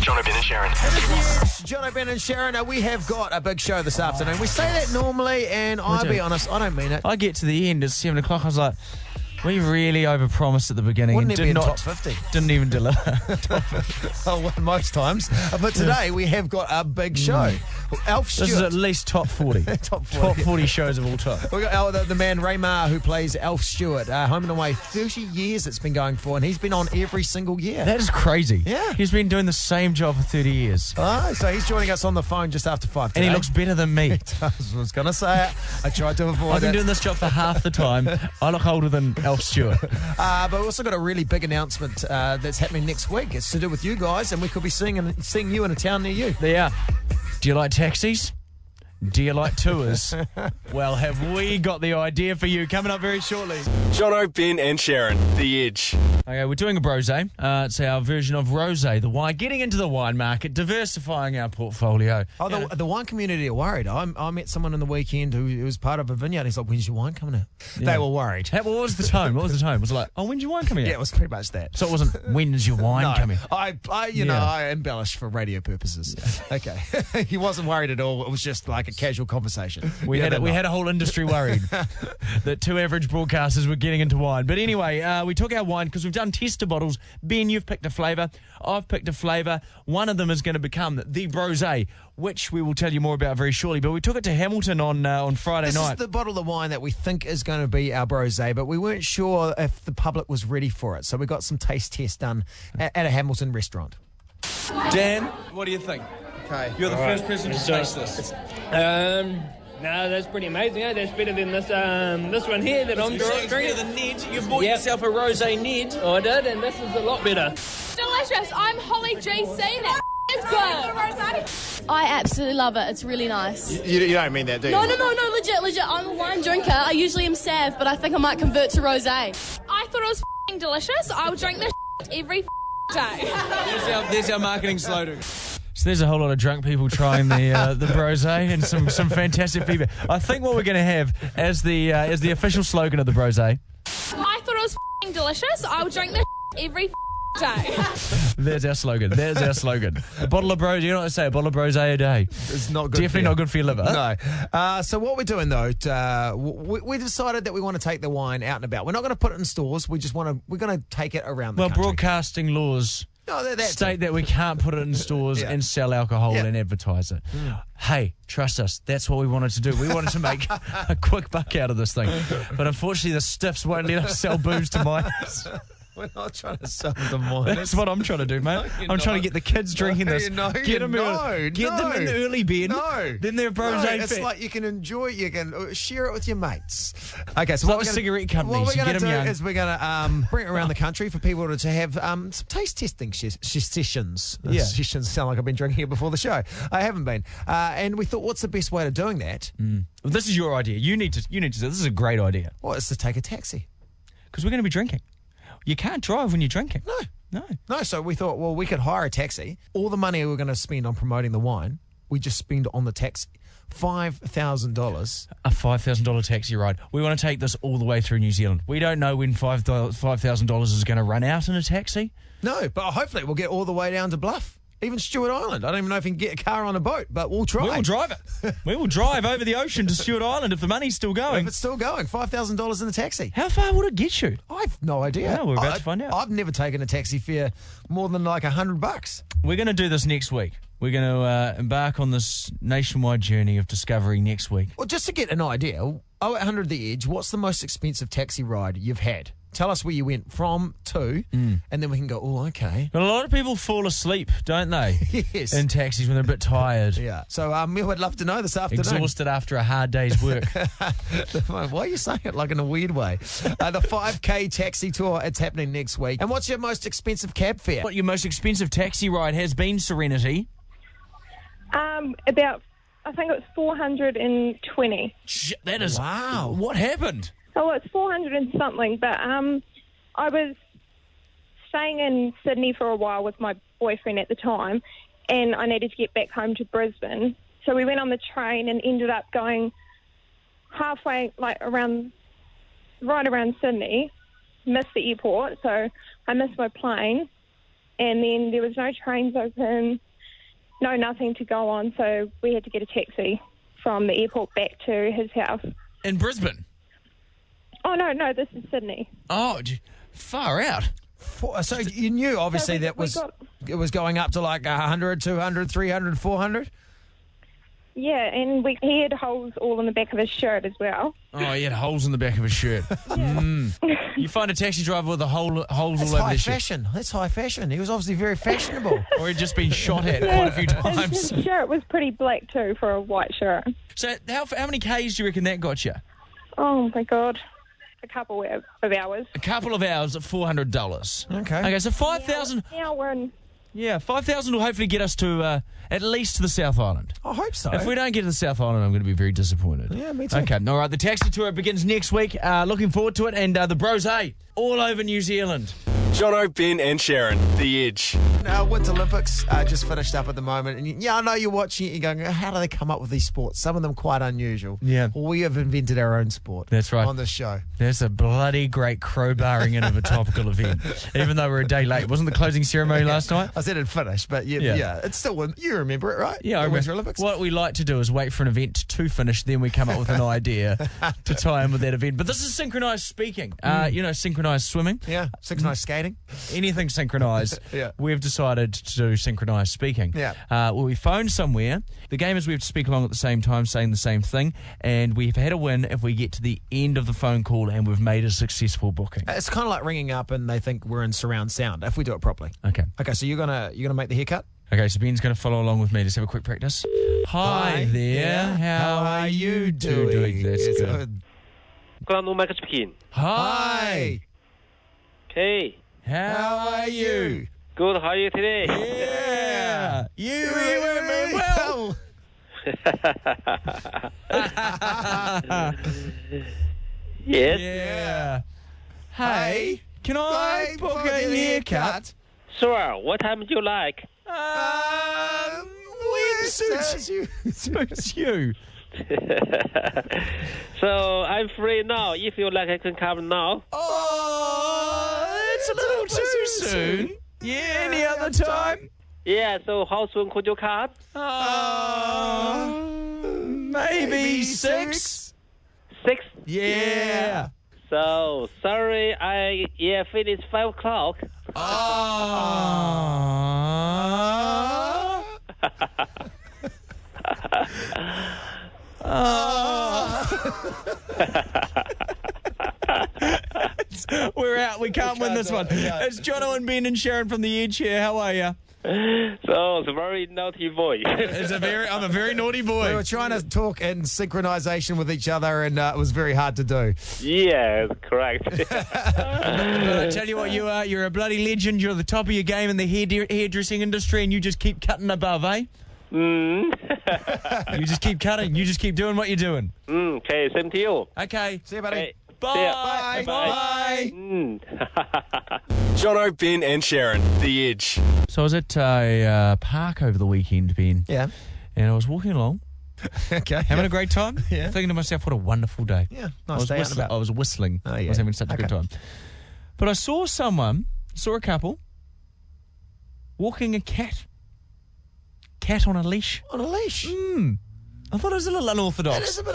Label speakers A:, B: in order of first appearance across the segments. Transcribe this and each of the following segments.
A: John O'Brien and Sharon.
B: John Ben and Sharon, uh, we have got a big show this afternoon. We say that normally, and I'll
C: do.
B: be honest, I don't mean it.
C: I get to the end, it's seven o'clock. I was like, we really overpromised at the beginning
B: Wouldn't
C: and
B: it
C: did
B: be in
C: not
B: top 50?
C: didn't even deliver.
B: Oh, well, most times. Uh, But today we have got a big show. Alf
C: Mm. this is
B: Stewart.
C: at least top forty.
B: Top 40.
C: Top forty shows of all time.
B: we got Al, the, the man Ray Maher who plays Alf Stewart. Uh, Home and Away, 30 years it's been going for, and he's been on every single year.
C: That is crazy.
B: Yeah.
C: He's been doing the same job for thirty years.
B: Ah, so he's joining us on the phone just after five.
C: And he
B: today.
C: looks better than me.
B: I was going to say it. I tried to avoid
C: I've
B: it.
C: been doing this job for half the time. I look older than Elf Stewart.
B: Uh, but we've also got a really big announcement uh, that's happening next week. It's to do with you guys, and we could be seeing in, seeing you in a town near you.
C: They are. Do you like taxis? Do you like tours? well, have we got the idea for you coming up very shortly?
A: John O'Brien and Sharon, The Edge.
C: Okay, we're doing a brose. Uh, it's our version of rose, the wine, getting into the wine market, diversifying our portfolio.
B: Oh, the, the wine community are worried. I, I met someone in the weekend who, who was part of a vineyard. He's like, "When's your wine coming out?" They were worried.
C: Hey, what was the tone? What was the tone? Was it like, oh, when's your wine coming out?
B: Yeah, it was pretty much that.
C: so it wasn't, when's your wine
B: No,
C: coming?
B: I, I, you know,
C: Yeah.
B: I embellished for radio purposes. Okay, he wasn't worried at all. It was just like a casual conversation.
C: We,
B: Yeah,
C: had, a,
B: they're
C: we
B: not.
C: had a whole industry worried that two average broadcasters were getting into wine. But anyway, uh, we took our wine because we've done tester bottles. Ben, you've picked a flavour. I've picked a flavour. One of them is going to become the brose, which we will tell you more about very shortly. But we took it to Hamilton on uh, on Friday
B: This
C: night.
B: is the bottle of wine that we think is going to be our brosé, but we weren't sure if the public was ready for it. So we got some taste tests done a- at a Hamilton restaurant.
C: Dan, what do you think?
D: Okay.
C: You're the
D: All
C: first person to taste this.
E: Um, no, that's pretty amazing. eh? That's better than this um, this one here that I'm dri- drinking.
C: Ned. You've bought
E: Yep. yourself
C: a rosé Ned.
E: Oh, I did, and this is a lot better.
F: Delicious. I'm Holly GC. That is good. I absolutely love it. It's really nice.
D: You, you don't mean that, do you?
F: No, no, no, no. Legit, legit. I'm a wine drinker. I usually am sav, but I think I might convert to rosé. I thought it was delicious. I'll drink this every day.
C: There's our marketing slogan. So there's a whole lot of drunk people trying the uh, the brosé and some some fantastic feedback. I think what we're going to have as the uh, as the official slogan of the brosé.
F: I thought it was delicious. I'll drink this every day.
C: There's our slogan. There's our slogan. A bottle of brosé. You know what I say? A bottle of brosé a day.
B: It's not good.
C: Definitely
B: for you.
C: not good for your liver.
B: No. Uh, so what we're doing though, t- uh, w- we, we decided that we want to take the wine out and about. We're not going to put it in stores. We just want to. We're going to take it around the
C: Well,
B: country.
C: broadcasting laws
B: No, that, that's
C: state that we can't put it in stores
B: Yeah.
C: and sell alcohol
B: Yeah. Mm.
C: and advertise it. Hey, trust us. That's what we wanted to do. We wanted to make a quick buck out of this thing, but unfortunately, the stiffs won't let us sell booze to minors.
B: We're not trying to sell the wine.
C: That's what I'm trying to do, mate. I'm
B: you're
C: trying to
B: not.
C: get the kids drinking this.
B: No,
C: get
B: you-
C: them
B: no,
C: early, get them in
B: no.
C: the early bed.
B: No,
C: then they're bros.
B: No, it's like you can enjoy. You can uh, share it with your mates. Okay, so
C: like
B: what
C: with
B: we're gonna-
C: cigarette companies,
B: What
C: you
B: we're
C: get
B: going to
C: 'em
B: do
C: young.
B: is we're going to um, bring it around the country for people to, to have um, some taste testing sh- sh- sessions.
C: Yeah.
B: sessions sound like I've been drinking here before the show. I haven't been, uh, and we thought, what's the best way of doing that?
C: Mm. this is your idea. You need to. You need to. This is a great idea
B: Well, it's to take a taxi.
C: because we're going to be drinking. You can't drive when you're drinking. No, no.
B: No, so we thought, well, we could hire a taxi. All the money we were going to spend on promoting the wine, we just spend on the taxi. Five thousand dollars.
C: A five thousand dollar taxi ride. We want to take this all the way through New Zealand. We don't know when five thousand dollars is going to run out in a taxi.
B: No, but hopefully we'll get all the way down to Bluff, even Stewart Island. I don't even know if we can get a car on a boat, but we'll try.
C: We will drive it. we will drive over the ocean to Stewart Island if the money's still
B: If
C: going.
B: it's still going, five thousand dollars in the taxi.
C: How far would it get you?
B: I've no idea.
C: Yeah, we're about
B: I-
C: to find out.
B: I've never taken a taxi fare more than like a hundred bucks.
C: We're going to do this next week. We're going to uh, embark on this nationwide journey of discovery next week.
B: Well, just to get an idea, 0800 The Edge, what's the most expensive taxi ride you've had? Tell us where you went from to,
C: Mm.
B: and then we can go, oh, okay.
C: But a lot of people fall asleep, don't they?
B: Yes.
C: In taxis when they're a bit tired,
B: Yeah. So um, we would love to know this afternoon.
C: exhausted after a hard day's work.
B: Why are you saying it like in a weird way? Uh, the 5K taxi tour, it's happening next week. And what's your most expensive cab fare?
C: what your most expensive taxi ride has been, Serenity?
G: Um, about, I think it was 420.
C: Sh- That is
B: Wow.
C: What happened?
G: Oh, it's 400 and something, but um, I was staying in Sydney for a while with my boyfriend at the time, and I needed to get back home to Brisbane. So we went on the train and ended up going halfway, like around, right around Sydney, missed the airport, so I missed my plane. and then there was no trains open, no nothing to go on, so we had to get a taxi from the airport back to his house.
C: In Brisbane.
G: Oh no, no, this is Sydney.
C: Oh, gee, far out.
B: For, uh, so you knew obviously
G: we-
B: that
G: we
B: was
G: got-
B: it was going up to like 100, 200, 300, 400.
G: Yeah, and we he had holes all in the back of his shirt as well.
C: Oh, he had holes in the back of his shirt. Mm. You find a taxi driver with a hole, holes
B: That's
C: all over
B: high
C: their shirt.
B: fashion. That's high fashion. He was obviously very fashionable.
C: Or he'd just been shot at quite a few
G: And
C: times.
G: his shirt was pretty black too for a white shirt.
C: So how, how many Ks do you reckon that got you?
G: Oh my god, a couple of, of hours.
C: A couple of hours at $400.
B: Okay.
C: Okay, so 5000
G: Now we're in.
C: Yeah, 5000 will hopefully get us to uh, at least to the South Island.
B: I hope so.
C: If we don't get to the South Island, I'm going to be very disappointed.
B: Yeah, me too.
C: Okay, all right. The taxi tour begins next week. Uh, looking forward to it. And uh, the bros, hey, all over New Zealand.
A: Jono, Ben, and Sharon, The Edge.
B: Uh, Winter Olympics uh, just finished up at the moment, and you- yeah, I know you're watching it. You're going, how do they come up with these sports? Some of them quite unusual.
C: Yeah.
B: well, we have invented our own sport.
C: That's right.
B: On this show,
C: There's a bloody great crowbarring in of a topical event, even though we're a day late. Wasn't the closing ceremony last night?
B: I said it finished, but yeah,
C: Yeah.
B: yeah, it's still win- you remember it, right?
C: Yeah, I
B: The
C: remember.
B: Winter Olympics.
C: What we like to do is wait for an event to finish, then we come up with an idea to tie in with that event. But this is synchronized speaking. Uh,
B: Mm.
C: you know, synchronized swimming.
B: Yeah, six nights skating.
C: anything synchronized,
B: Yeah.
C: we've decided to do synchronized speaking.
B: Yeah.
C: Uh, well, we phone somewhere. The game is we have to speak along at the same time, saying the same thing, and we've had a win if we get to the end of the phone call and we've made a successful booking.
B: It's kind of like ringing up, and they think we're in surround sound if we do it properly.
C: Okay.
B: Okay, so you're gonna you're gonna make the haircut.
C: Okay, so Ben's going to follow along with me. Let's have a quick practice. Hi, there. How, are you doing? That's
B: Yes,
C: good.
D: Glenn Max speaking.
C: Hi.
B: Hi.
D: Hey,
C: How are you?
D: good. How are you today?
C: Yeah. You remember well.
B: Well,
D: Yes.
C: Yeah. Hey, can I
B: I
C: book
B: book
C: a
B: an
C: haircut?
B: haircut.
D: Sure. What time do you like?
C: Um, when suits,
B: Suits you.
C: suits you.
D: so I'm free now. If you like, I can come now.
C: Oh, it's a little too soon. Yeah, any other time?
D: Yeah. So how soon could you come?
C: Oh, maybe six.
D: Six.
C: Yeah.
D: So sorry, I yeah finish five o'clock.
C: Oh. We're out. We can't, win this one. It's Jono and Ben and Sharon from the Edge here. How are you?
D: So it's very naughty boy.
C: It's a very, I'm a very naughty
B: We
C: boy.
B: were trying to talk in synchronization with each other, and uh, it was very hard to do.
D: yes, correct.
C: I tell you what, you are. You're a bloody legend. You're at the top of your game in the hair, hairdressing industry, and you just keep cutting above, eh?
D: mm.
C: You just keep cutting. You just keep doing what you're doing.
D: mm, okay, same to you.
C: Okay.
B: See you, buddy.
D: Hey, see ya.
C: Bye.
D: Bye.
C: Bye.
D: Mm.
A: Jono, Ben, and Sharon, The Edge.
C: So I was at a uh, park over the weekend, Ben,
B: Yeah.
C: and I was walking along,
B: Okay.
C: having a great time,
B: Yeah.
C: thinking to myself, what a wonderful day.
B: Yeah,
C: I
B: nice
C: was,
B: day out and
C: whistling,
B: about.
C: I was whistling.
B: Oh,
C: I
B: yeah.
C: was having such a good time.
B: Okay.
C: But I saw someone, saw a couple, walking a cat. Cat on a leash.
B: on a leash.
C: I thought it was a little
B: That
C: unorthodox.
B: is Mm, a bit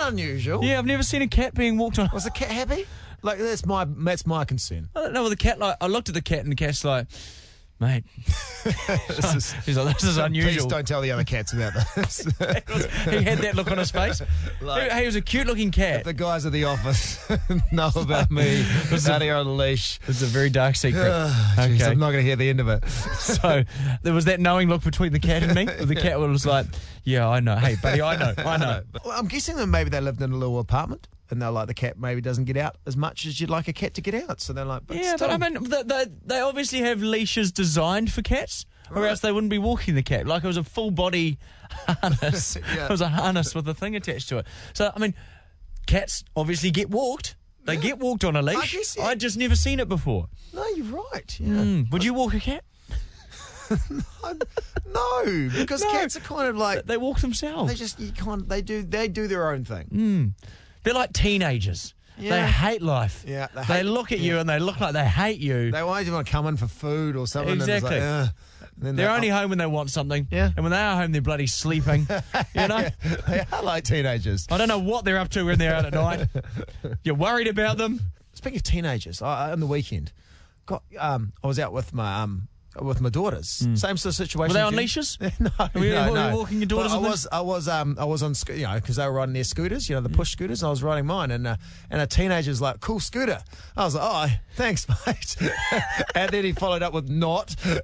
B: unusual.
C: Yeah, I've never seen a cat being walked on.
B: Was the cat happy? Like that's my that's my concern.
C: I don't know. The cat, like, I looked at the cat, and the cat's like, "Mate,
B: This is,
C: he's like, this is
B: Please
C: unusual."
B: don't tell the other cats about this.
C: he had that look on his face.
B: Like-
C: he, he was a cute-looking cat.
B: the guys at the office know about me. out here on a leash.
C: It's a very dark secret.
B: Ugh,
C: okay.
B: Ah, jeez, I'm not going to hear the end of it.
C: so there was that knowing look between the cat and me. The cat was like, "Yeah, I know. Hey, buddy, I know. I know."
B: Well, I'm guessing that maybe they lived in a little apartment and they're like, the cat maybe doesn't get out as much as you'd like a cat to get out. So they're like, but
C: yeah,
B: still.
C: but I mean, they, they, they obviously have leashes designed for cats, or else they wouldn't be walking the cat. Like it was a full body harness.
B: Yeah.
C: It was a harness with a thing attached to it. So I mean, cats obviously get walked. They get walked on a leash.
B: guess, yeah.
C: I'd just never seen it before.
B: no, you're right. Yeah.
C: Mm, Would you walk a cat?
B: I'm- no, because
C: No.
B: cats are kind of like
C: They walk themselves.
B: Hmm. they just you can't they do they do their own thing.
C: They're like teenagers. They
B: Yeah.
C: hate life.
B: Yeah, they
C: they
B: hate-
C: look at you and they look like they hate you.
B: They always want to come in for food or something. and it's like,
C: Exactly.
B: "Ugh." And then
C: They're only home when they want something.
B: Yeah.
C: And when they are home, they're bloody sleeping. you know?
B: they are like teenagers.
C: I don't know what they're up to when they're out at night. You're worried about them.
B: Speaking of teenagers, I, I- on the weekend, got um, I was out with my um, with my daughters. Same sort of situation.
C: Hmm. Were they on
B: Jen.
C: leashes?
B: no,
C: Were you-
B: no,
C: were you
B: no.
C: walking your daughters
B: But I
C: with them?
B: was, I was, um, I was on, sco- you know, because they were riding their scooters, you
C: Hmm.
B: know, the push scooters, and I was riding mine, and uh, and a teenager's like, "Cool scooter." I was like, "Oh, thanks, mate," and then he followed up with "Not," and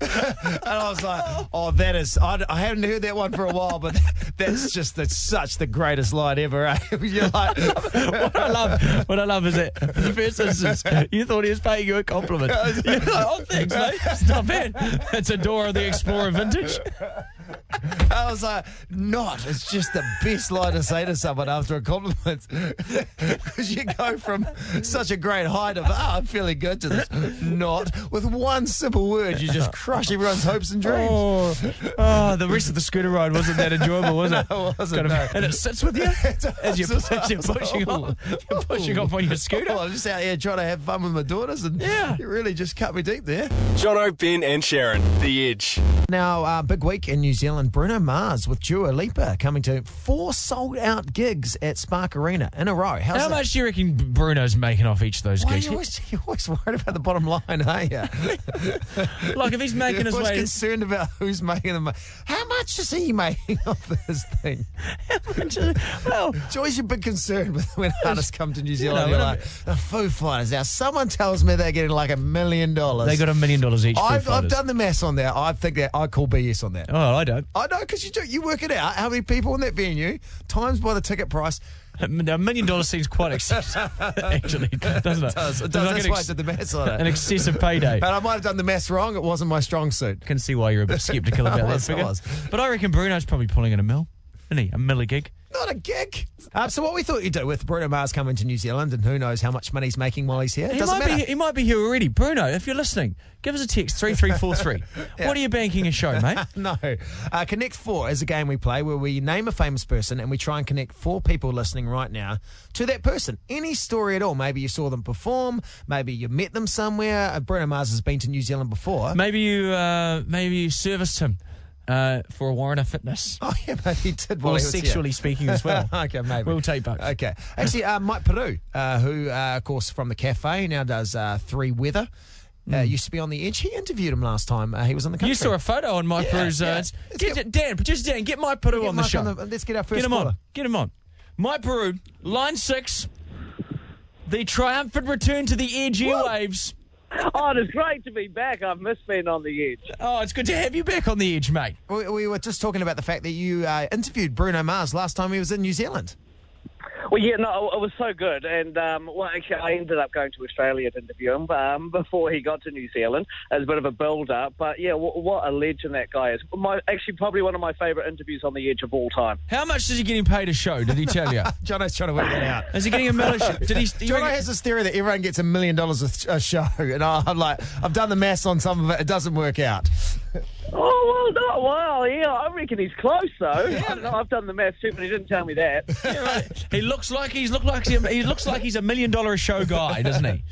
B: I was like, "Oh, that is," I, I haven't heard that one for a while, but that's just that's such the greatest line ever. Eh? You're like,
C: What I love, what I love is that for the first instance, you thought he was paying you a compliment. You're like, oh, thanks, mate. It's not bad. It's a Dora the Explorer vintage.
B: I was like, not. It's just the best line to say to someone after a compliment. Because you go from such a great height of, oh, I'm feeling good to this, not. With one simple word, you just crush everyone's hopes and dreams.
C: Oh, oh, the rest of the scooter ride wasn't that enjoyable, was it?
B: No, it wasn't,
C: Got a-
B: no.
C: And it sits with you Oh. as you're,
B: does.
C: as you're pushing off, you're pushing off on your scooter.
B: Oh, I'm just out here trying to have fun with my daughters, and
C: Yeah.
B: you really just cut me deep there.
A: Jono, Ben, and Sharon, The Edge.
B: Now, uh, big week in New Zealand. Bruno Mars with Dua Lipa coming to four sold out gigs at Spark Arena in a row. How's
C: How
B: that?
C: much do you reckon Bruno's making off each of those
B: Why are
C: gigs?
B: you always, you're always worried about the bottom line, are you?
C: Like if he's making his
B: was
C: way,
B: concerned about who's making the money. How much is he making off this thing?
C: well,
B: It's always your big concern with when artists come to New Zealand.
C: know,
B: You are
C: when
B: like, the Foo Fighters. Now, someone tells me they're getting like a million dollars.
C: they got a million dollars each. Foo
B: I've, I've
C: Fighters.
B: done the maths on that. I think that I call BS on that.
C: Oh, I don't.
B: I know because you do. You work it out. How many people in that venue times by the ticket price?
C: A million dollars seems quite excessive, actually, doesn't it?
B: It does. It
C: It's like
B: does. That's
C: an
B: why I
C: ex-
B: did the maths on
C: An
B: it.
C: excessive payday.
B: And I might have done the maths wrong. It wasn't my strong suit.
C: can see why you're a bit sceptical about
B: I was,
C: that
B: I
C: figure.
B: was.
C: But I reckon Bruno's probably pulling in a mill, isn't he? A mill a gig.
B: Not a gig. Uh, so what we thought you'd do with Bruno Mars coming to New Zealand and who knows how much money he's making while he's here.
C: He
B: Doesn't
C: might
B: matter.
C: be. He might be here already. Bruno, if you're listening, give us a text three three four three. What are you banking a show, mate?
B: No. Uh, connect Four is a game we play where we name a famous person and we try and connect four people listening right now to that person. Any story at all. Maybe you saw them perform. Maybe you met them somewhere. Uh, Bruno Mars has been to New Zealand before.
C: Maybe you. Uh, maybe you serviced him uh, for a warrant of fitness.
B: Oh, yeah, maybe he did
C: Well,
B: while he was here.
C: sexually speaking as well.
B: okay, maybe.
C: We'll take both.
B: Okay. Actually, uh, Mike Peru, uh, who, uh, of course, from the cafe, now does uh, Three Weather, uh, used to be on the edge. He interviewed him last time uh, he was on the country.
C: Hmm. You saw a photo on my
B: Yeah,
C: Peru's. Uh,
B: yeah.
C: it's-
B: Let's
C: Get,
B: get-
C: Dan, producer Dan, get my Peru
B: Get
C: on the
B: Mike
C: show.
B: let's get our first
C: get him
B: caller.
C: on. Get him on. My Peru, line six. The triumphant return to the edge airwaves.
D: Oh, it's great to be back. I've missed being on the edge.
C: Oh, it's good to have you back on the edge, mate.
B: We, we were just talking about the fact that you uh, interviewed Bruno Mars last time he was in New Zealand.
D: Well, yeah, no, it was so good. And, um, well, actually, I ended up going to Australia to interview him um, before he got to New Zealand as a bit of a build up. But, yeah, w- what a legend that guy is. My, actually, probably one of my favourite interviews on the edge of all time.
C: How much is he getting paid a show? Did he tell you?
B: Jono's trying to work that out.
C: Is he getting a million? Did he? do you
B: Jono
C: reckon-
B: has this theory that everyone gets a million dollars a th- a show, and I- I'm like, I've done the maths on some of it. It doesn't work out.
D: Oh, well, no, well, yeah, I reckon he's close, though. I don't know, I've done the math too, but he didn't tell me that.
C: Yeah, right. He looks like he's look like he, he looks like he's a million dollar a show guy, doesn't he?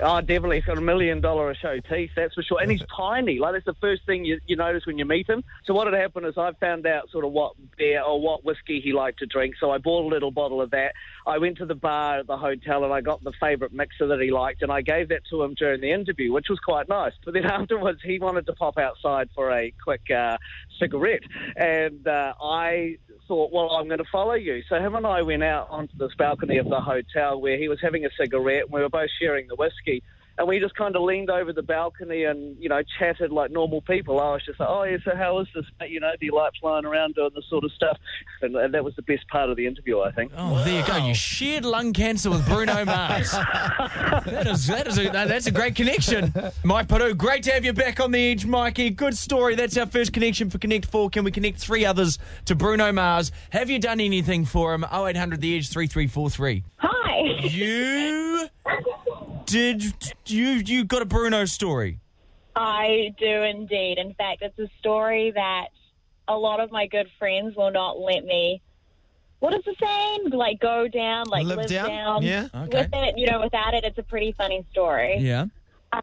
D: Oh, definitely. He's got a million dollar a show teeth, that's for sure. And he's tiny. Like, that's the first thing you, you notice when you meet him. So, what had happened is I found out sort of what beer or what whiskey he liked to drink. So, I bought a little bottle of that. I went to the bar at the hotel and I got the favourite mixer that he liked. And I gave that to him during the interview, which was quite nice. But then afterwards, he wanted to pop outside for a quick uh, cigarette. And uh, I thought, well, I'm going to follow you. So him and I went out onto this balcony of the hotel where he was having a cigarette and we were both sharing the whiskey. And we just kind of leaned over the balcony and, you know, chatted like normal people. I was just like, oh, yeah, so how is this? mate? You know, do you like flying around doing this sort of stuff? And, and that was the best part of the interview, I think.
C: Oh, there you go. You shared lung cancer with Bruno Mars. that is that is a, that- that's a great connection, Mike Padu. Great to have you back on the edge, Mikey. Good story. That's our first connection for Connect Four. Can we connect three others to Bruno Mars? Have you done anything for him? 0800 the edge three three four three.
G: Hi.
C: You did you you got a Bruno story?
H: I do indeed. In fact, it's a story that a lot of my good friends will not let me what is the saying? Like go down, like
B: Live
H: live,
B: down?
H: down.
B: Yeah.
C: Okay.
H: With it, you know, without it, it's a pretty funny story.
C: Yeah.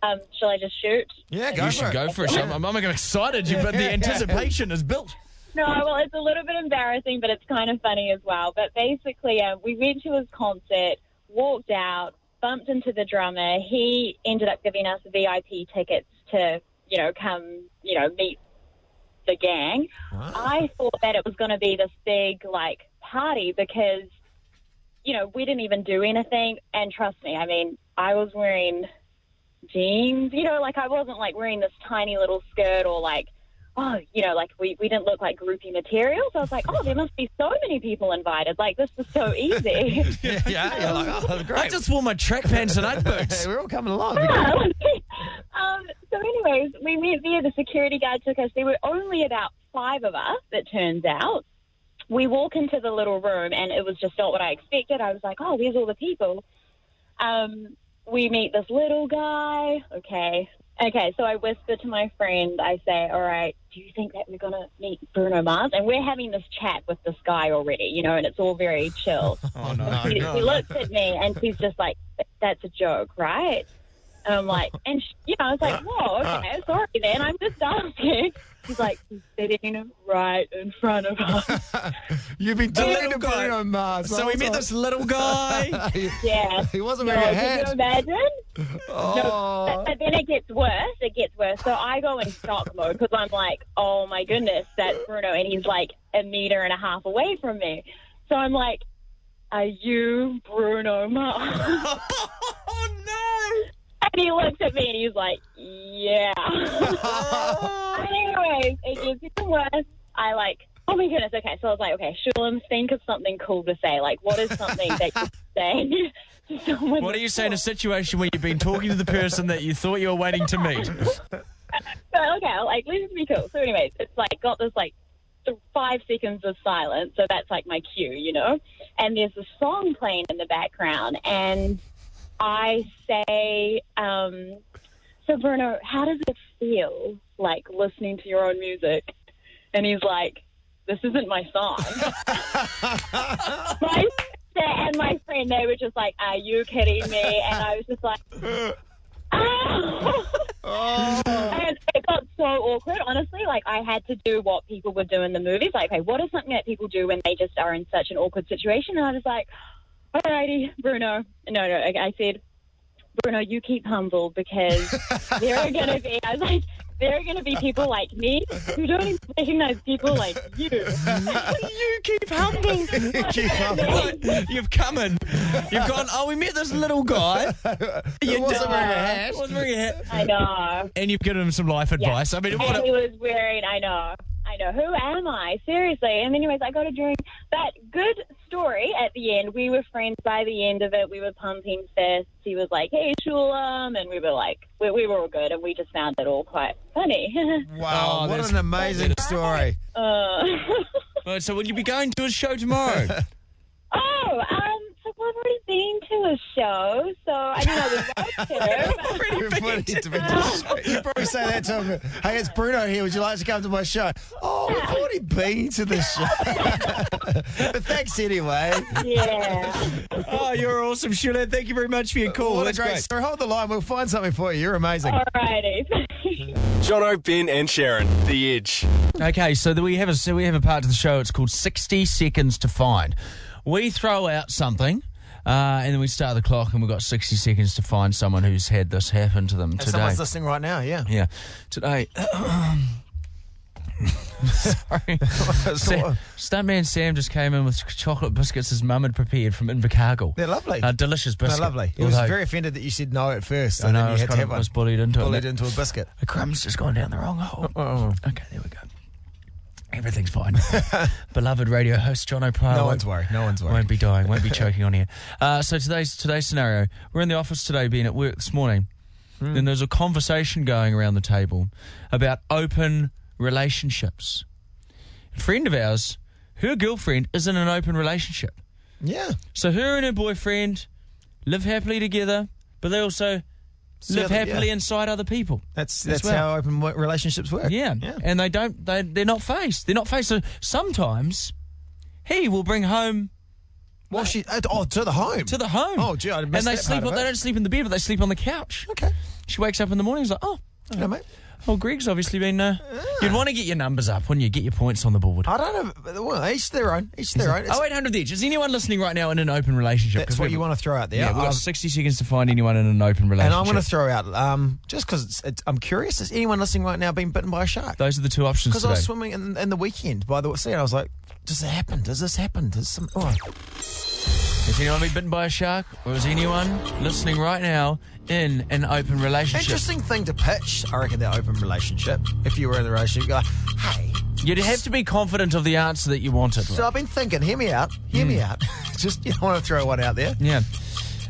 H: Um, shall I just shoot?
B: Yeah, go
C: you
B: for
C: should
B: it.
C: go for it. I'm, I'm, I'm excited, you- but
B: Yeah.
C: the anticipation is built.
H: No, well, it's a little bit embarrassing, but it's kind of funny as well. But basically, um, we went to his concert, walked out, bumped into the drummer. He ended up giving us VIP tickets to, you know, come, you know, meet the gang. I thought that it was going to be this big, like, party because, you know, we didn't even do anything. And trust me, I mean, I was wearing jeans, you know, like I wasn't like wearing this tiny little skirt or like, oh, you know, like we, we didn't look like groupie material. So I was like, oh, there must be so many people invited. Like, this is so easy.
B: Yeah, yeah, you're like, oh, great.
C: I just wore my track pants and Ugg
B: Hey,
C: boots.
B: we're all coming along.
H: um, so, anyways, we went there. The security guard took us. There were only about five of us, it turns out. We walk into the little room, and it was just not what I expected. I was like, oh, where's all the people? Um, we meet this little guy. Okay. Okay, so I whisper to my friend, I say, all right, do you think that we're going to meet Bruno Mars? And we're having this chat with this guy already, you know, and it's all very chill.
B: Oh, no.
H: She, she looks at me and she's just like, "That's a joke, right?" And I'm like, and she, you know, I was like, "Whoa, okay, sorry, then I'm just asking." She's like, "He's sitting right in front of us."
B: You've been talking
C: little
B: to
C: guy.
B: Bruno Mars.
C: So we met this little guy.
H: Yeah.
B: He wasn't
H: No,
B: wearing a
H: can you
B: hat.
H: imagine?
B: Oh.
H: But, but then it gets worse. It gets worse. So I go in shock mode because I'm like, "Oh my goodness, that's Bruno," and he's like a meter and a half away from me. So I'm like, "Are you Bruno Mars?"
C: oh
H: And he looks at me and he's like, yeah. Anyways, it gets even worse. I like, oh my goodness, okay. So I was like, okay, Shulam, think of something cool to say. Like, what is something that you say to someone?
C: no! What do you say in a situation where you've been talking to the person that you thought you were waiting to meet?
H: But okay, like, let's be cool. So anyways, it's like got this like th- five seconds of silence. So that's like my cue, you know? And there's a song playing in the background. And I say, um, so Bruno, how does it feel like listening to your own music? And he's like, this isn't my song. my sister and my friend, they were just like, are you kidding me? And I was just like, "Ah." And it got so awkward, honestly. Like, I had to do what people would do in the movies. Like, okay, what is something that people do when they just are in such an awkward situation? And I was like, alrighty, Bruno. No, no, I I said, Bruno, you keep humble because there are going to be, I was like, there are going to be people like me who don't even recognize people like you.
C: you keep humble. You've come in. You've gone, oh, we met this little guy. You
B: wasn't
C: did-
B: wearing a hat.
C: Wasn't wearing a hat.
H: I know.
C: And you've given him some life advice. I mean, what
H: and
C: a,
H: he was wearing, I know, I know, who am I? Seriously. And anyways, I got a drink. But good story at the end. We were friends by the end of it. We were pumping fists. He was like, hey, Shulam. And we were like, we, we were all good. And we just found it all quite funny.
B: Wow,
C: Oh,
B: what
C: that's-
B: an amazing story.
H: uh,
C: Uh, so would you be going to a show tomorrow?
H: oh, um, so I've already been to a show. So, I mean, I would love to. but-
B: You probably say that to him. Hey, it's Bruno here. Would you like to come to my show? Oh, we've already been to the show. but thanks anyway.
H: yeah.
C: oh, you're awesome, Shula. Thank you very much for your call.
B: what a
C: Oh, That's
B: great,
C: great.
B: story. Hold the line. We'll find something for you. You're amazing.
H: All righty.
A: Jono, Ben, and Sharon, The Edge.
C: Okay, so that we have a so we have a part to the show. It's called sixty seconds to find. We throw out something, uh, and then we start the clock, and we've got sixty seconds to find someone who's had this happen to them today.
B: Someone's listening right now, yeah.
C: yeah, today. Sorry, Sam, stuntman Sam just came in with ch- chocolate biscuits his mum had prepared from Invercargill.
B: They're lovely.
C: Uh, delicious
B: They're
C: biscuits.
B: lovely. He was
C: Although-
B: very offended that you said no at first.
C: I
B: and
C: know,
B: then
C: I
B: you
C: was,
B: had to
C: kind
B: have
C: of, I
B: one.
C: was bullied into it.
B: Bullied into a biscuit.
C: The crumb's just gone down the wrong hole.
B: Oh,
C: Okay, there we go. Everything's fine. Beloved radio host John O'Pryor.
B: no
C: won't-
B: one's worried. No one's
C: Won't
B: worried.
C: be dying. Won't be choking on here. Uh, so today's today's scenario. We're in the office today, being at work this morning. Then there's a conversation going around the table about open relationships. A friend of ours, her girlfriend is in an open relationship.
B: Yeah.
C: So her and her boyfriend live happily together, but they also live
B: other-
C: happily
B: yeah.
C: inside other people.
B: That's
C: That's
B: that's
C: right.
B: how open wo- relationships work.
C: Yeah.
B: Yeah.
C: And they don't they they're not faced. They're not faced. So sometimes He will bring home
B: Well, she uh, oh to the home.
C: to the home.
B: Oh, gee, I
C: And
B: missed
C: they
B: that
C: sleep.
B: part of
C: on- They
B: it.
C: don't sleep in the bed, but they sleep on the couch.
B: Okay.
C: She wakes up in the morning. Is like, oh,
B: No, mate.
C: well, Greg's obviously been. Uh,
B: Ah.
C: You'd want to get your numbers up, wouldn't you? Get your points on the board.
B: I don't know. Well, each to their own. Each to their own. It's-
C: Oh, 800 The Edge. Is anyone listening right now in an open relationship?
B: that's
C: 'Cause
B: what
C: we-
B: you want to throw out there.
C: Yeah, we've got
B: I've-
C: 60 seconds to find anyone in an open relationship.
B: and I'm going to throw out, um, just because it's, it's, I'm curious, has anyone listening right now been bitten by a shark?
C: Those are the two options
B: Because I
C: today.
B: was swimming in, in the weekend by the sea, and I was like, "Does it happen? Does this happen? Does some?" Oh.
C: Has anyone been bitten by a shark? Or is anyone listening right now in an open relationship?
B: Interesting thing to pitch. I reckon that open relationship. If you were in a relationship, you're like, "Hey,
C: You'd have to be confident of the answer that you wanted.
B: so I've been thinking. Hear me out. Hear me
C: Hmm.
B: out. just you know, I want to throw one out there.
C: yeah.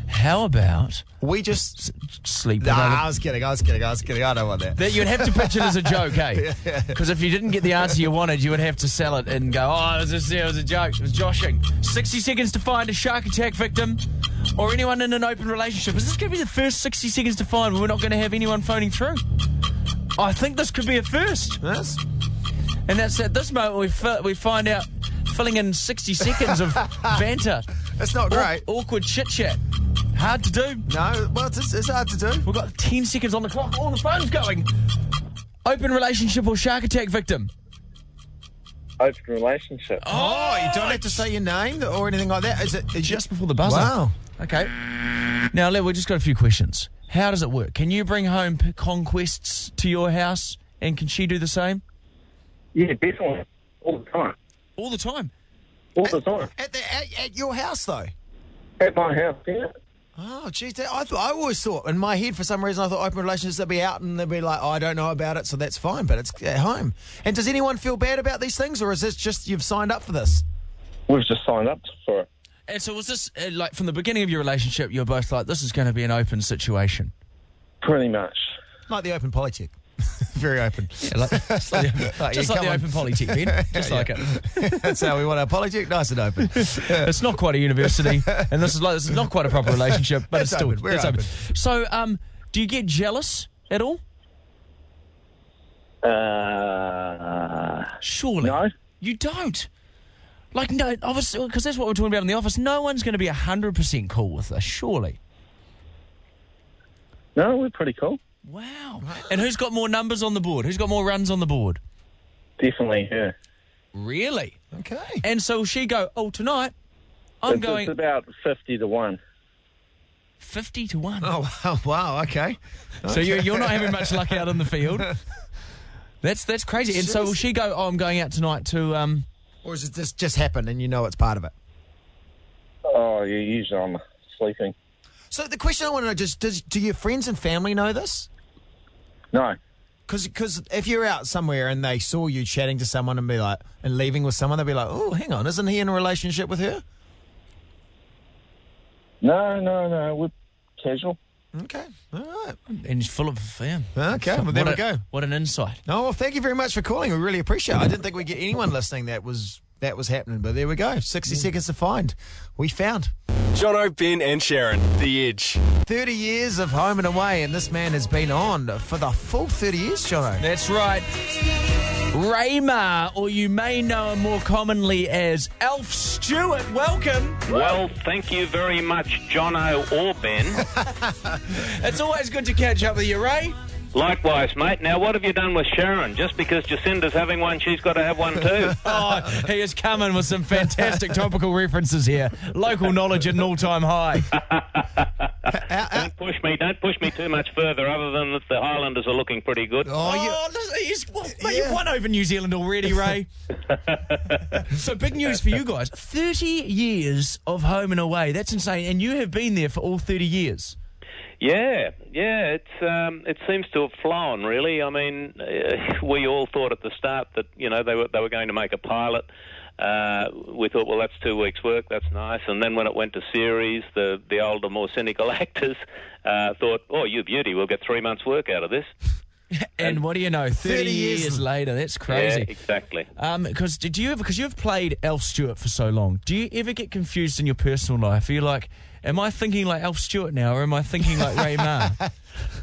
C: How about
B: We just."
C: sleep with
B: Nah,
C: other-
B: I was kidding. I was kidding. I was kidding. I don't want that.
C: That you'd have to pitch it as a joke, eh? Because if you didn't get the answer you wanted, you would have to sell it and go, oh, it was, just, it was a joke. It was joshing. 60 seconds to find a shark attack victim or anyone in an open relationship. Is this going to be the first 60 seconds to find when we're not going to have anyone phoning through? I think this could be a first.
B: Yes.
C: And that's at this moment we, fi- we find out filling in 60 seconds of banter.
B: That's not
C: Aw-
B: great.
C: awkward chit chat. Hard to do.
B: No, well, it's, it's hard to do.
C: We've got 10 seconds on the clock. All the phone's going. Open relationship or shark attack victim?
D: Open relationship.
B: Oh, you don't have to say your name or anything like that. Is it is
C: Just before the buzzer.
B: Wow.
C: Okay. Now, Lev, we've just got a few questions. How does it work? Can you bring home p- conquests to your house and can she do the same?
D: Yeah, definitely. All the time.
C: All the time.
D: All the time.
B: At, the, at, at your house, though.
D: At my house, yeah.
B: Oh, geez. that- I, th- I always thought, in my head, for some reason, I thought open relationships, they'd be out and they'd be like, oh, I don't know about it, so that's fine, but it's at home. And does anyone feel bad about these things, or is this just you've signed up for this?
D: We've just signed up for it.
C: And so, was this uh, like from the beginning of your relationship, you're both like, this is going to be an open situation?
D: Pretty much.
B: Like the open polytech. Very open.
C: just like the,
B: Like,
C: just
B: yeah,
C: like the
B: come
C: open polytech, Ben. Just like it.
B: that's how we want our polytech, nice and open.
C: It's not quite a university, and this is like this is not quite a proper relationship, but it's,
B: It's
C: still
B: open. We're
C: it's open.
B: open.
C: So, um, do you get jealous at all?
D: Uh,
C: Surely.
D: No.
C: You don't. Like, no, obviously, because that's what we're talking about in the office. No one's going to be 100% cool with this, surely.
D: no, we're pretty cool.
C: Wow. And who's got more numbers on the board? Who's got more runs on the board?
D: Definitely, yeah.
C: Really?
B: Okay.
C: And so she go, oh, tonight, I'm
D: it's,
C: going
D: it's about 50 to 1.
C: 50 to 1.
B: Oh, wow. Wow. Okay.
C: So you're, you're not having much luck out on the field. That's that's crazy. And so will she go, oh, I'm going out tonight to... um.
B: Or is it just, just happened and you know it's part of it?
D: Oh, yeah, usually I'm sleeping.
B: So the question I want to know just does, do your friends and family know this?
D: No.
B: Because if you're out somewhere and they saw you chatting to someone and be like and leaving with someone, they'd be like, "Oh, hang on, isn't he in a relationship with her?"
D: No, no, no. We're casual.
B: Okay, all right,
C: And he's full of... Yeah.
B: okay. Well, there
C: What
B: we
C: a-
B: go.
C: What an insight.
B: Oh, well, thank you very much for calling. We really appreciate. it. I didn't think we'd get anyone listening that was that was happening, but there we go. Sixty seconds to find. We found
A: Jono, Ben, and Sharon, The Edge.
B: thirty years of home and away, and this man has been on for the full thirty years, Jono.
C: That's right. Raymar, or you may know him more commonly as Alf Stewart. Welcome.
I: Well, thank you very much, Jono or Ben.
C: It's always good to catch up with you, Ray.
I: Likewise, mate. Now, what have you done with Sharon? Just because Jacinda's having one, she's got to have one too.
C: Oh, he is coming with some fantastic topical references here. Local knowledge at an all-time high.
I: Don't push me. Don't push me too much further. Other than that, the Highlanders are looking pretty good.
B: Oh, you,
C: Oh, listen, he's, well, mate,
B: Yeah.
C: you've won over New Zealand already, Ray. so big news for you guys. 30 years of home and away. That's insane. And you have been there for all 30 years.
I: Yeah, yeah. It's um, it seems to have flown. Really, I mean, uh, we all thought at the start that you know they were they were going to make a pilot. Uh, we thought, well, that's two weeks' work. That's nice. And then when it went to series, the the older, more cynical actors uh, thought, oh, you beauty, we'll get three months' work out of this.
C: And what do you know? 30,
B: 30 years
C: years, later, that's crazy.
I: Yeah, exactly.
C: Um, because did you ever? Because you've played Alf Stewart for so long. Do you ever get confused in your personal life? Are you like, am I thinking like Alf Stewart now, or am I thinking like Ray Mar?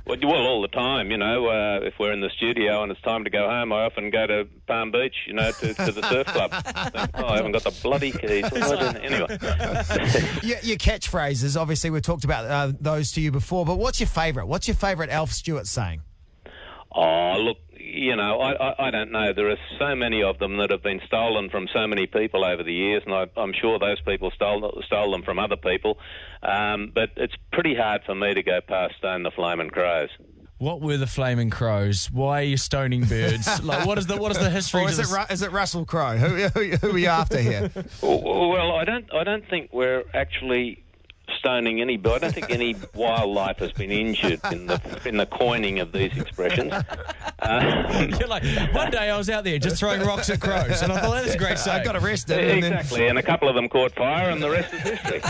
I: Well, well, all the time, you know. Uh, if we're in the studio and it's time to go home, I often go to Palm Beach, you know, to, to the surf club. Think, oh, I haven't got the bloody keys. Well, I didn't- anyway,
B: Your, your catchphrases, obviously, we've talked about uh, those to you before, but what's your favourite? What's your favourite Alf Stewart saying?
I: oh look, you know, I, I I don't know. There are so many of them that have been stolen from so many people over the years, and I, I'm sure those people stole stole them from other people. Um, but it's pretty hard for me to go past Stone the Flame and Crows.
C: what were the Flaming Crows? Why are you stoning birds? like, what is the what is the history?
B: Or
C: to
B: is it,
C: this?
B: Ru- is it Russell Crowe? Who, who, who are we after here?
I: Well, I don't. I don't think we're actually stoning any. I don't think any wildlife has been injured in the in the coining of these expressions. Um,
C: You're like, one day I was out there just throwing rocks at crows, and I thought that's a great saying.
B: I got arrested. And then,
I: exactly, and a couple of them caught fire, and the rest is history.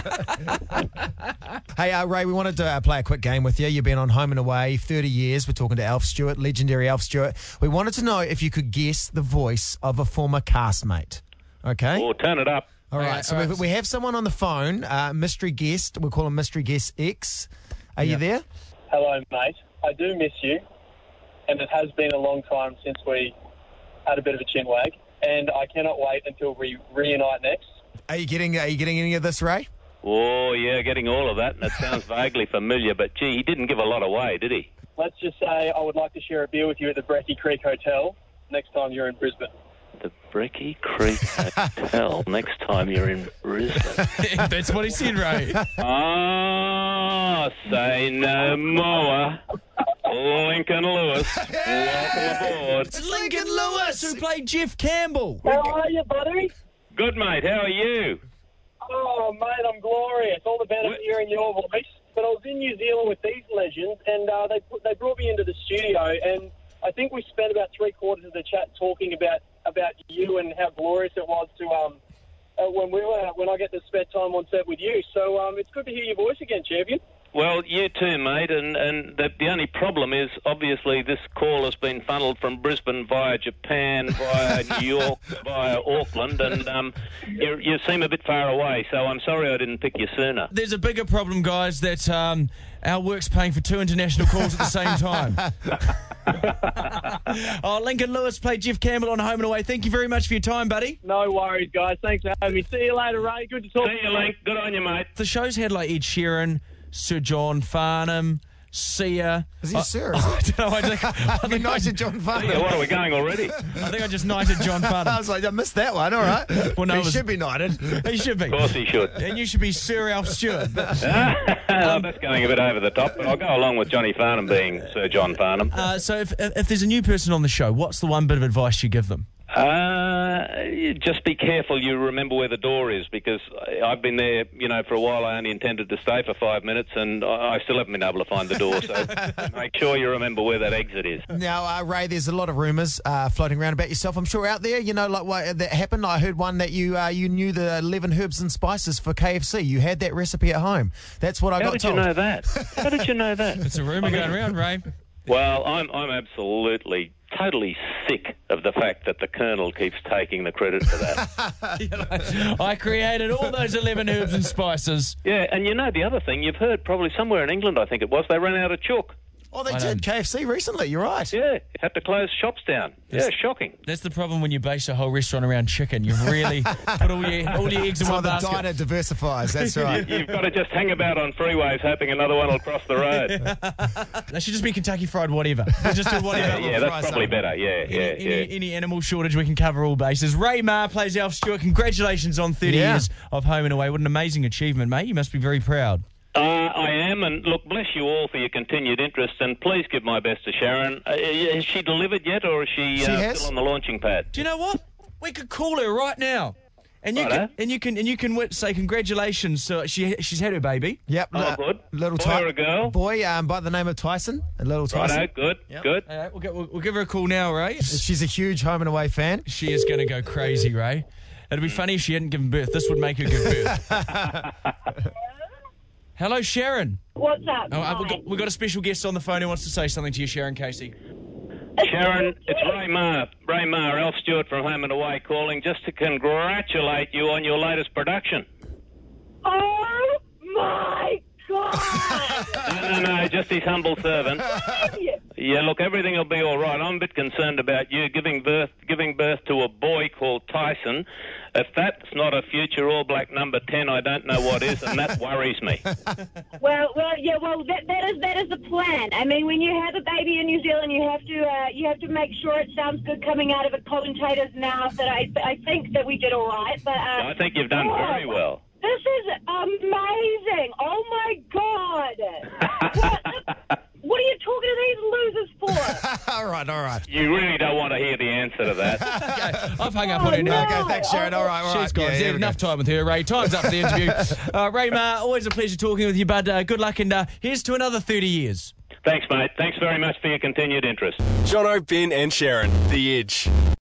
B: hey, uh, Ray, we wanted to uh, play a quick game with you. You've been on Home and Away 30 years. We're talking to Alf Stewart, legendary Alf Stewart. We wanted to know if you could guess the voice of a former castmate. Okay?
I: Or turn it up.
B: All right,
C: Alright,
B: so
C: alright.
B: We, we have someone on the phone, uh, mystery guest. We'll call him mystery guest X. Are you there?
J: Hello, mate. I do miss you, and it has been a long time since we had a bit of a chin wag, and I cannot wait until we reunite next.
B: Are you getting? Are you getting any of this, Ray?
I: Oh yeah, getting all of that, and it sounds vaguely familiar. But gee, he didn't give a lot away, did he?
J: Let's just say I would like to share a beer with you at the Brecky Creek Hotel next time you're in Brisbane.
I: The Brecky Creek Hotel. Next time you're in Brisbane.
C: that's what he said, Ray.
I: Ah, say no more. Lincoln Lewis, welcome aboard.
C: It's Lincoln Lewis who played Jeff Campbell.
J: How are you, buddy?
I: Good mate, how are you?
J: Oh, mate, I'm glorious. All the better
I: What-
J: hearing your voice. But I was in New Zealand with these legends, and uh, they put- they brought me into the studio, and I think we spent about three quarters of the chat talking about about you and how glorious it was to um uh, when we were when I get to spend time on set with you. So um, it's good to hear your voice again, champion.
I: Well, you too, mate. And and the, the only problem is, obviously, this call has been funneled from Brisbane via Japan, via New York, via Auckland, and um, you you seem a bit far away. So I'm sorry I didn't pick you sooner.
C: There's a bigger problem, guys, that um, our work's paying for two international calls at the same time. oh, Lincoln Lewis played Jeff Campbell on Home and Away. Thank you very much for your time, buddy.
J: No worries, guys. Thanks for having me. See you later, Ray. Good to talk
I: See you, Link. Good on you, mate.
C: The show's had like Ed Sheeran, Sir John Farnham, Sia.
B: Is he a sir?
C: I don't know. I, think, I, think I,
B: United John
I: Yeah,
B: Farnham.
I: what are we going already? Of
C: I think I just knighted John
B: I
C: Farnham.
B: was like, I missed that one. All right.
C: Well, no, it
B: he
C: was-
B: should be knighted.
C: He should be.
I: course he should.
C: And you should be Sir Alf Stewart. But,
I: well, that's Ah, going a bit over the top, but I'll go along with Johnny Farnham being Sir John Farnham.
C: uh, so if, if if there's a new person on the show, what's the one bit of advice you give them?
I: Uh, just be careful you remember where the door is because I- I've been there, you know, for a while. I only intended to stay for five minutes and I I still haven't been able to find the door. So make sure you remember where that exit is.
B: Now, uh, Ray, there's a lot of rumours uh, floating around about yourself. I'm sure out there, you know, like what that happened. I heard one that you uh, you knew the 11 herbs and spices for KFC. You had that recipe at home. That's what
I: How
B: I got
I: did
B: told.
I: you know that? How did you know that?
C: It's a rumour going around, Ray.
I: Well, I'm, I'm absolutely, totally sick of the fact that the Colonel keeps taking the credit for that.
C: I created all those 11 herbs and spices.
I: yeah, and you know the other thing you've heard probably somewhere in England, I think it was, they ran out of chalk.
B: Oh, they
C: I
B: did KFC recently. You're right.
I: Yeah, had to close shops down. Yeah, shocking.
C: That's the problem when you base a whole restaurant around chicken. You really put all your, all your eggs in
B: That's why
C: one
B: the
C: basket.
B: diner diversifies. That's right.
I: You've got to just hang about on freeways hoping another one will cross the road.
C: They should just be Kentucky Fried whatever. They just do whatever.
I: yeah,
B: fry
I: that's probably
B: something.
I: better. Yeah, yeah,
C: any,
I: yeah.
C: any- any animal shortage, we can cover all bases. Ray Maher plays Alf Stewart. Congratulations on 30
B: Yeah.
C: years of Home and Away. What an amazing achievement, mate. You must be very proud.
I: Uh, I am, and look, bless you all for your continued interest, and please give my best to Sharon. Uh, has she delivered yet, or is she, uh,
B: has.
I: still on the launching pad?
C: Do you know what? We could call her right now. And you,
I: Righto.
C: can, and you can and you can wit- say congratulations. So she she's had her baby.
B: Yep.
I: Oh,
B: li-
I: good.
B: Little
I: Boy
B: Ty-
I: or a girl?
B: Boy, um, by the name of Tyson. A little Tyson.
I: Righto, good, good.
C: All right, we'll, get, we'll, we'll give her a call now, Ray.
B: She's a huge home and away fan.
C: She is going to go crazy, Ray. It'd be funny if she hadn't given birth. This would make her give birth. Hello, Sharon.
H: What's up?
C: Oh, uh, we've, got, we've got a special guest on the phone who wants to say something to you, Sharon Casey.
I: Sharon, it's Ray Ma, Ray Ma, Ralph Stewart from Home and Away calling just to congratulate you on your latest production.
H: Oh my god!
I: No, no, no, just his humble servant. Yeah, look, everything will be all right. I'm a bit concerned about you giving birth giving birth to a boy called Tyson. If that's not a future All Black number ten, I don't know what is, and that worries me.
H: well, well, yeah, well, that, that is that is the plan. I mean, when you have a baby in New Zealand, you have to uh, you have to make sure it sounds good coming out of a commentator's mouth. That I I think that we did all right, but uh,
I: I think you've done very well.
H: This is amazing! Oh my god! what, what are you talking to these losers for?
B: all right, all right.
I: You really don't want to hear the answer to that.
C: I've hung up on her now.
B: Okay, thanks, Sharon. All right, Oh, all right.
C: She's gone.
B: Yeah,
C: There's
B: here we
C: enough time with her, Ray. Time's up for the interview. uh, Ray Ma, always a pleasure talking with you, bud. Uh, good luck, and uh, here's to another 30 years.
I: Thanks, mate. Thanks very much for your continued interest.
A: Jono, Ben, and Sharon, The Edge.